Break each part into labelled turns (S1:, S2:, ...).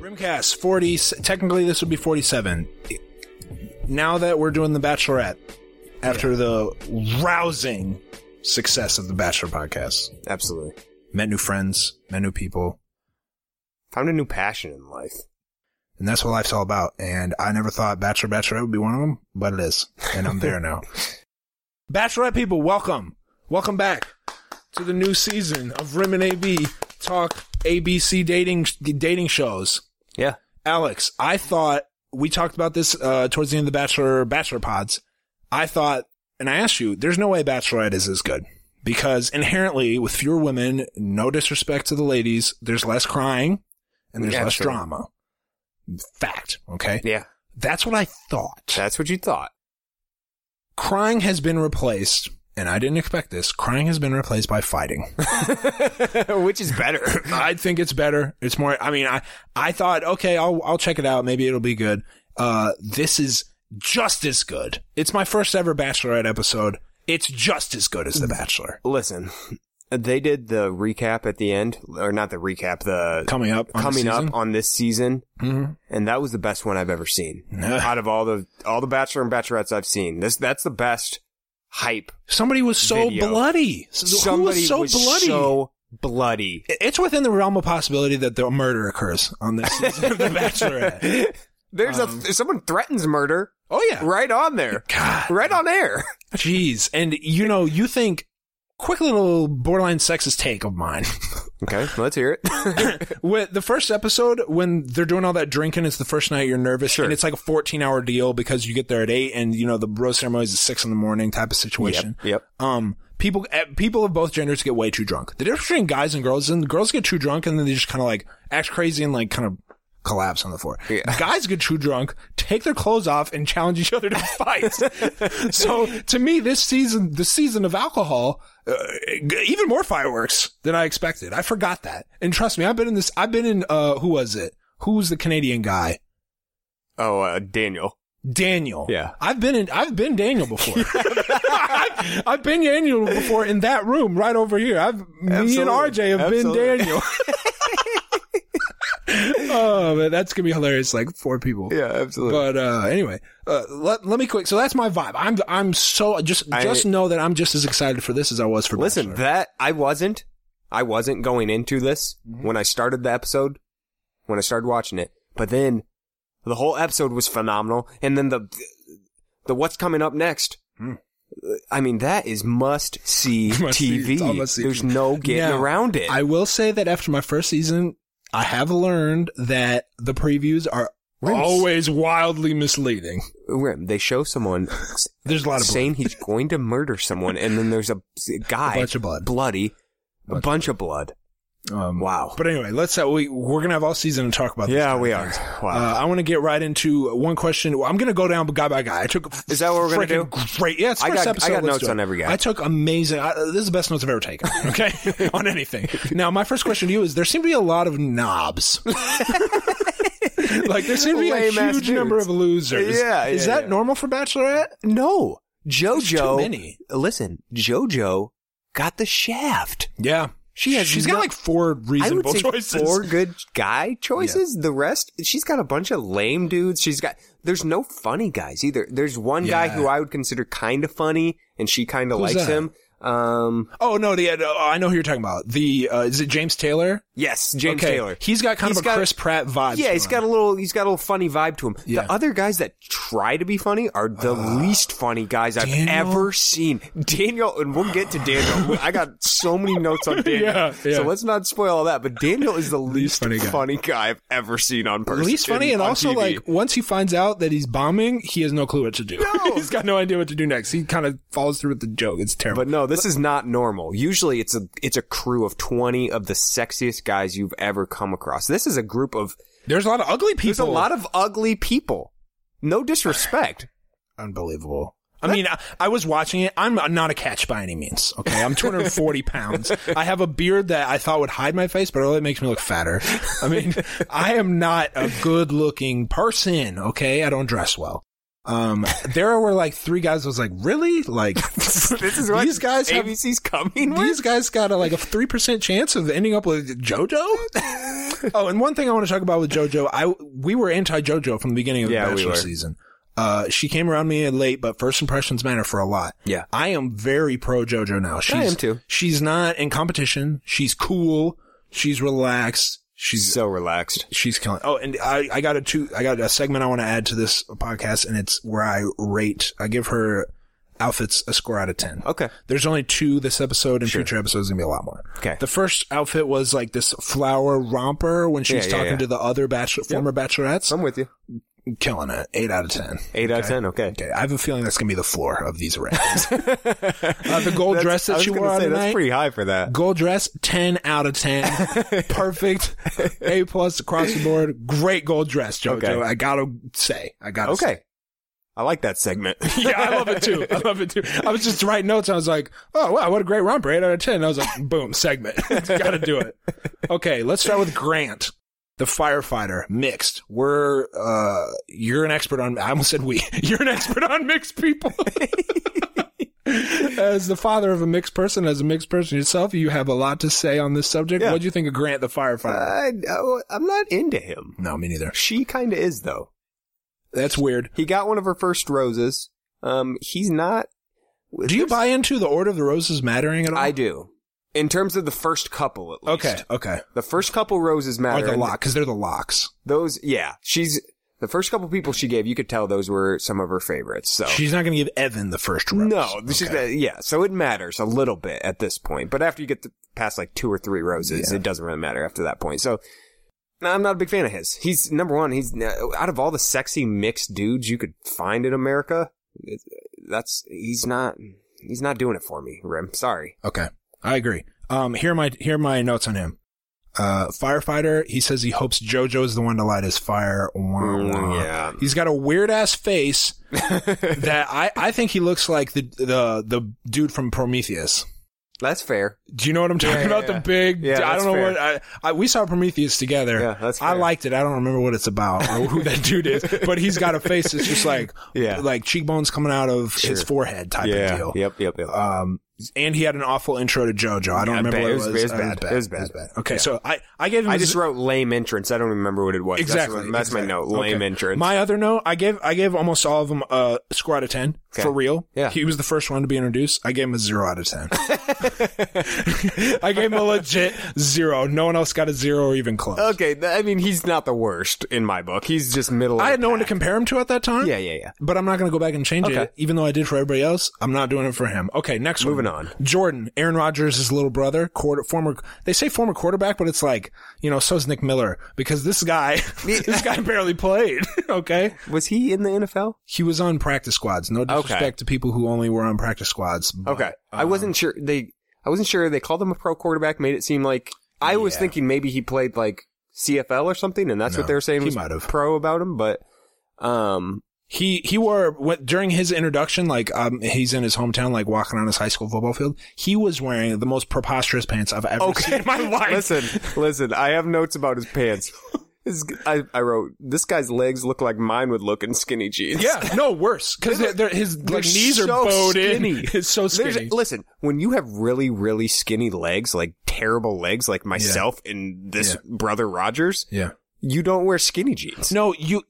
S1: podcast 40 technically this would be 47 now that we're doing the bachelorette after the rousing success of the bachelor podcast
S2: Absolutely.
S1: met new friends met new people
S2: Found a new passion in life.
S1: and that's what life's all about and i never thought bachelor bachelorette would be one of them but it is and i'm there now bachelorette people welcome welcome back to the new season of rim and ab talk abc dating dating shows
S2: Yeah.
S1: Alex, I thought we talked about this uh, towards the end of the Bachelor Bachelor pods. I thought, and I asked you, there's no way Bachelorette is as good because inherently, with fewer women, no disrespect to the ladies, there's less crying and there's less
S2: Absolutely.
S1: drama. Fact. Okay,
S2: Yeah.
S1: that's what I thought.
S2: That's what you thought.
S1: Crying has been replaced, and I didn't expect this. Crying has been replaced by fighting.
S2: Which is better.
S1: I think it's better. It's more. I mean, I I thought, okay, I'll I'll check it out. Maybe it'll be good. Uh, this is just as good. It's my first ever Bachelorette episode. It's just as good as The Bachelor.
S2: Listen, they did the recap at the end, or not the recap, the
S1: Coming up, on the
S2: coming
S1: season.
S2: up on this season,
S1: Mhm.
S2: and that was the best one I've ever seen.
S1: Yeah.
S2: Out of all the all the Bachelor and Bachelorettes I've seen, this that's the best hype.
S1: somebody was so
S2: Video.
S1: bloody. So- who
S2: Somebody
S1: was so
S2: was
S1: bloody.
S2: so bloody.
S1: It- it's within the realm of possibility that the murder occurs on this season of The Bachelorette.
S2: There's a if someone threatens murder
S1: Oh yeah,
S2: right on there,
S1: um, God.
S2: right on air.
S1: Jeez, and you know, you think quick little borderline sexist take of mine.
S2: Okay, let's hear it.
S1: When the first episode, when they're doing all that drinking, it's the first night you're nervous,
S2: Sure.
S1: and it's like a 14 hour deal because you get there at eight, and you know the rose ceremony is at six in the morning type of situation.
S2: yep.
S1: Um, people eh, people of both genders get way too drunk. The difference between guys and girls, is and girls get too drunk, and then they just kind of like act crazy and like kind of collapse on the floor.
S2: Yeah.
S1: Guys get too drunk, take their clothes off, and challenge each other to fight. so to me, this season, the season of alcohol, uh, g- even more fireworks than I expected. I forgot that, and trust me, I've been in this. I've been in. Uh, who was it? Who was the Canadian guy?
S2: Oh, uh, Daniel.
S1: Daniel.
S2: Yeah.
S1: I've been in, I've been Daniel before. I've, I've been Daniel before in that room right over here. I've, me and
S2: Absolutely.
S1: RJ have
S2: Absolutely.
S1: been Daniel. oh man, that's gonna be hilarious. Like four people.
S2: Yeah, absolutely.
S1: But, uh, anyway, uh, let, let me quick. So that's my vibe. I'm, I'm so, just,
S2: I-
S1: just know that I'm just as excited for this as I was for
S2: Listen,
S1: Bachelor.
S2: that I wasn't. I wasn't going into this
S1: Mm-hmm.
S2: when I started the episode, when I started watching it. But then the whole episode was phenomenal, and then the the what's coming up next.
S1: Hmm.
S2: I mean, that is must see
S1: Must see. It's all
S2: TV.
S1: must see.
S2: There's no getting
S1: Now,
S2: around it.
S1: I will say that after my first season, I have learned that the previews are
S2: Rims.
S1: always wildly misleading.
S2: Rim, they show someone
S1: There's a lot of
S2: saying he's going to murder someone, and then there's a guy
S1: A bunch of blood.
S2: bloody, a bunch of blood.
S1: Um,
S2: Wow.
S1: But anyway, let's uh, we we're gonna have all season to talk about. this.
S2: Yeah, we are. Wow.
S1: Uh, I want to get right into one question. Well, I'm going to go down guy by guy. I took
S2: Is that what we're gonna
S1: freaking Great, yeah. It's
S2: I
S1: first
S2: got- I
S1: episode.
S2: got
S1: Let's
S2: notes
S1: do it.
S2: on every guy.
S1: I took amazing. I, this is the best notes I've ever taken. Okay, on anything. Now, my first question to you is: There seem to be a lot of knobs. like there seem to be a
S2: Lame-ass
S1: huge number
S2: dudes.
S1: of losers.
S2: Yeah,
S1: is
S2: yeah,
S1: that
S2: yeah.
S1: normal for Bachelorette?
S2: No, JoJo.
S1: too many.
S2: Listen, JoJo got the shaft.
S1: Yeah,
S2: She has
S1: She's
S2: no-
S1: got like four reasonable
S2: I would say
S1: choices.
S2: four good guy choices. The rest, she's got a bunch of lame dudes. She's got. There's no funny guys either. There's one guy
S1: Yeah.
S2: who I would consider kind of funny, and she kind of
S1: Who's
S2: likes
S1: that?
S2: him. Um,
S1: Oh no, the uh, I know who you're talking about. The uh, is it James Taylor?
S2: yes, James
S1: okay.
S2: Taylor.
S1: He's got kind
S2: He's
S1: of a
S2: got-
S1: Chris Pratt vibe.
S2: yeah,
S1: to
S2: he's
S1: him.
S2: got a little. He's got a little funny vibe to him.
S1: Yeah.
S2: The other guys that try to be funny are the least funny guys I've
S1: Daniel?
S2: ever seen. Daniel, and we'll get to Daniel. I got so many notes on Daniel,
S1: Yeah, yeah.
S2: so let's not spoil all that. But Daniel is the least,
S1: funny
S2: funny,
S1: guy.
S2: guy. I've ever seen on person.
S1: least funny,
S2: in-
S1: and
S2: on
S1: also
S2: TV.
S1: like once he finds out that he's bombing, he has no clue what to do.
S2: No.
S1: he's got no idea what to do next. He kind of follows through with the joke. It's terrible.
S2: But no, this is not normal. Usually, it's a it's a crew of twenty of the sexiest guys you've ever come across. This is a group of
S1: there's a lot of ugly people.
S2: there's a lot of ugly people. No disrespect.
S1: unbelievable. I mean, I, I was watching it. I'm not a catch by any means. Okay, I'm 240 pounds. I have a beard that I thought would hide my face, but it only makes me look fatter. I mean, I am not a good-looking person. Okay, I don't dress well. Um, there were like three guys. I was like, really? Like
S2: this is what
S1: These guys have-
S2: ABC's coming with.
S1: these guys got a, like a three percent chance of ending up with JoJo. oh, and one thing I want to talk about with JoJo, I we were anti JoJo from the beginning of
S2: Yeah,
S1: the
S2: we
S1: Bachelor
S2: were.
S1: season. Uh, she came around me late, but first impressions matter for a lot.
S2: Yeah.
S1: I am very pro JoJo now. She's,
S2: am too.
S1: She's not in competition. She's cool. She's relaxed. She's
S2: So relaxed.
S1: she's killing. Oh, and I, I got a two, I got a segment I want to add to this podcast, and it's where I rate, I give her outfits a score out of 10.
S2: Okay.
S1: There's only two this episode, and future episodes gonna be a lot more.
S2: Okay.
S1: The first outfit was like this flower romper when she's
S2: Yeah, yeah,
S1: talking
S2: yeah.
S1: to the other bachelor, former bachelorettes.
S2: I'm with you.
S1: I'm killing it. Eight out of 10.
S2: Eight out of ten. Okay.
S1: Okay, I have a feeling that's gonna be the floor of these ratings. uh, the gold
S2: That's-
S1: dress
S2: I
S1: that
S2: was
S1: she
S2: gonna
S1: wore on
S2: say,
S1: tonight.
S2: That's pretty high for that.
S1: Gold dress, 10 out of 10. Perfect. A plus across the board. Great gold dress, Jojo.
S2: Okay.
S1: I gotta say. I gotta say.
S2: Okay. I like that segment.
S1: Yeah, I love it too. I love it too. I was just writing notes. I was like, oh, wow, what a great romper. 8 out of 10. I was like, boom, segment. gotta do it. Okay, let's start with Grant. The firefighter, mixed. We're, uh, you're an expert on, I almost said we. You're an expert on mixed people. as the father of a mixed person, as a mixed person yourself, you have a lot to say on this subject.
S2: Yeah. Uh,
S1: What do you think of Grant the firefighter?
S2: I, I, I'm not into him.
S1: no, me neither.
S2: She kind of is though.
S1: That's weird.
S2: He got one of her first roses. Um, he's not.
S1: Do you buy into the Order of the Roses mattering at all?
S2: I do. In terms of the first couple, at least.
S1: Okay, okay.
S2: The first couple roses
S1: Or
S2: matter.
S1: the
S2: and
S1: lock, because they're the locks.
S2: Those, yeah. She's the first couple people she gave. You could tell those were some of her favorites. So
S1: She's not going to give Evan the first rose.
S2: no, this is
S1: Okay.
S2: uh, yeah. So it matters a little bit at this point, but after you get to past like two or three roses,
S1: Yeah.
S2: it doesn't really matter after that point. So. No, I'm not a big fan of his. He's number one. He's uh, out of all the sexy mixed dudes you could find in America. it- That's he's not. He's not doing it for me, Rim. Sorry.
S1: Okay, I agree. Um, here are my here are my notes on him. Uh, firefighter. He says he hopes JoJo is the one to light his fire. Wah, wah.
S2: Mm, yeah.
S1: He's got a weird ass face that I, I think he looks like the the the dude from Prometheus.
S2: That's fair.
S1: Do you know what I'm talking
S2: Yeah,
S1: about?
S2: yeah,
S1: The big.
S2: yeah. Yeah,
S1: I
S2: that's
S1: don't know
S2: fair.
S1: what. I, I we saw Prometheus together.
S2: Yeah, that's
S1: I
S2: fair.
S1: liked it. I don't remember what it's about or who that dude is, but he's got a face that's just like
S2: Yeah.
S1: like cheekbones coming out of his
S2: Sure.
S1: forehead type of deal.
S2: Yep. Yep. Yep.
S1: Um, and he had an awful intro to JoJo. I don't
S2: Yeah,
S1: remember
S2: bad.
S1: what Uh,
S2: It was- it was bad. It was bad.
S1: Okay,
S2: Yeah.
S1: so I, I gave him
S2: I
S1: a
S2: just
S1: z-
S2: wrote lame entrance. I don't remember what it was. That's
S1: exactly.
S2: what- That's, my
S1: exactly.
S2: note. Lame
S1: Okay.
S2: entrance.
S1: My other note, I gave I gave almost all of them a score out of ten
S2: Okay.
S1: for real.
S2: Yeah.
S1: he was the first one to be introduced. I gave him a zero out of ten. I gave him a legit zero. No one else got a zero or even close.
S2: okay. th- I mean, he's not the worst in my book. He's just middle. of
S1: I had
S2: the
S1: no one to
S2: pack.
S1: compare him to at that time.
S2: Yeah. Yeah. Yeah.
S1: But I'm not going to go back and change
S2: Okay.
S1: it. Even though I did for everybody else, I'm not doing it for him. Okay, next
S2: Moving
S1: one.
S2: on.
S1: Jordan, Aaron Rodgers' little brother, quarter, former, they say former quarterback, but it's like, you know, so's Nick Miller because this guy, this guy barely played. okay.
S2: Was he in the NFL?
S1: He was on practice squads. No disrespect to people who only were on practice squads. but-
S2: Okay. I wasn't sure. They. I wasn't sure. They called him a pro quarterback. Made it seem like I was
S1: Yeah.
S2: thinking maybe he played like CFL or something, and that's
S1: No,
S2: what they were saying
S1: he
S2: was
S1: might have.
S2: pro about him. But um,
S1: He, he wore, what, during his introduction, like, um, he's in his hometown, like walking on his high school football field. He was wearing the most preposterous pants I've ever seen in my life.
S2: Listen, listen. I have notes about his pants. His, I, I wrote this guy's legs look like mine would look in skinny jeans.
S1: Yeah, no, worse because his like,
S2: they're
S1: knees are
S2: so
S1: bowed in.
S2: skinny.
S1: It's so
S2: There's,
S1: skinny.
S2: listen, when you have really, really skinny legs, like terrible legs, like myself and this
S1: Yeah.
S2: brother Rogers,
S1: Yeah.
S2: you don't wear skinny jeans.
S1: No, you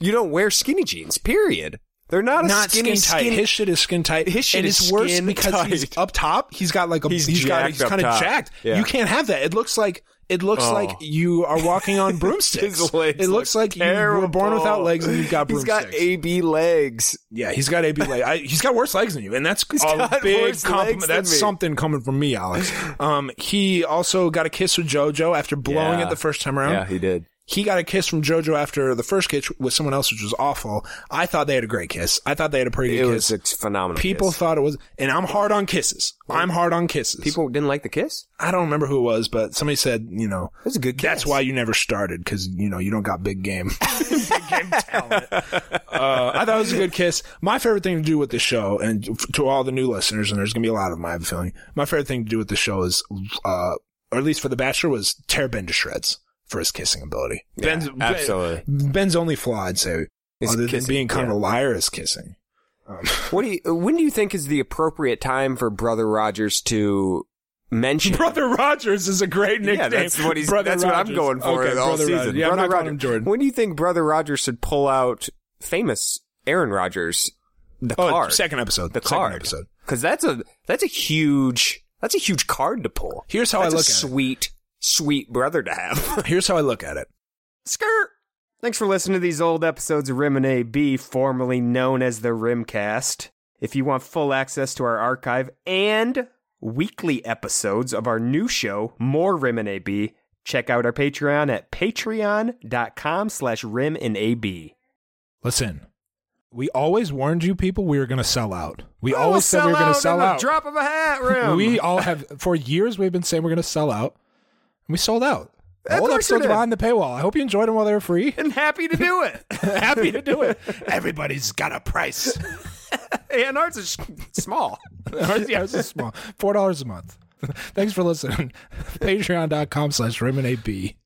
S2: You don't wear skinny jeans. Period. They're not, a
S1: not
S2: skinny,
S1: skin tight.
S2: skinny-
S1: His shit is skin tight.
S2: His shit
S1: and
S2: is
S1: it's worse
S2: skin
S1: because he's
S2: tight.
S1: up top. He's got like a
S2: He's
S1: he's got
S2: jacked
S1: he's
S2: up
S1: kind of
S2: top.
S1: jacked.
S2: Yeah.
S1: You can't have that. It looks like it looks
S2: Oh.
S1: like you are walking on broomsticks.
S2: His legs
S1: it looks like
S2: look
S1: you were born without
S2: terrible.
S1: legs and you've got
S2: He's
S1: broomsticks.
S2: got AB legs.
S1: yeah, he's got AB leg. I, he's got worse legs than you, and that's a
S2: got
S1: big
S2: worse
S1: compliment.
S2: legs than
S1: That's
S2: me.
S1: something coming from me, Alex. Um, he also got a kiss with JoJo after blowing
S2: Yeah.
S1: it the first time around.
S2: he did.
S1: he got a kiss from JoJo after the first kiss with someone else, which was awful. I thought they had a great kiss. I thought they had a pretty
S2: It
S1: good
S2: was
S1: kiss.
S2: a phenomenal.
S1: People
S2: kiss.
S1: thought it was, and I'm hard on kisses. I'm hard on kisses.
S2: people didn't like the kiss.
S1: I don't remember who it was, but somebody said, you know,
S2: It was a good kiss.
S1: that's why you never started because you know you don't got big game, big game talent. Uh, I thought it was a good kiss. My favorite thing to do with the show, and f- to all the new listeners, and there's gonna be a lot of them, I have a feeling. My favorite thing to do with the show is, uh, or at least for The Bachelor, was tear Ben to shreds for his kissing ability. Ben's, Ben-
S2: absolutely.
S1: Ben's only flaw, I'd say,
S2: Is
S1: other than
S2: kissing,
S1: being kind of
S2: yeah.
S1: a liar, is kissing.
S2: What do you, when do you think is the appropriate time for Brother Rogers to mention.
S1: Brother Rogers is a great nickname.
S2: yeah, that's what he's.
S1: Brother
S2: that's what I'm
S1: Rogers.
S2: going for
S1: Okay,
S2: all
S1: Brother
S2: season.
S1: Rogers. Yeah, I'm
S2: Brother
S1: not calling
S2: Roger-
S1: him Jordan.
S2: When do you think Brother Rogers should pull out famous Aaron Rodgers? The
S1: Oh,
S2: card.
S1: second episode.
S2: the
S1: second
S2: card
S1: episode.
S2: because that's a that's a huge that's a huge card to pull.
S1: Here's how I
S2: that's a
S1: look at it.
S2: sweet sweet brother to have.
S1: Here's how I look at it.
S2: Skirt. Thanks for listening to these old episodes of Rim and AB, formerly known as the Rimcast. If you want full access to our archive and weekly episodes of our new show, More Rim and AB, check out our Patreon at patreon.com slash rim and AB.
S1: Listen, we always warned you people we were going to sell out. We always said we were going to sell out.
S2: drop of a hat, Rim.
S1: We all have for years we've been saying we're going to sell out, and we sold out. The
S2: Of
S1: old
S2: course you
S1: episodes
S2: did.
S1: behind the paywall. I hope you enjoyed them while they were free.
S2: and happy to do it.
S1: Happy to do it. Everybody's got a price.
S2: and ours is small.
S1: Ours- yeah, ours is small. Four dollars a month. Thanks for listening. Patreon.com slash Raymond AB.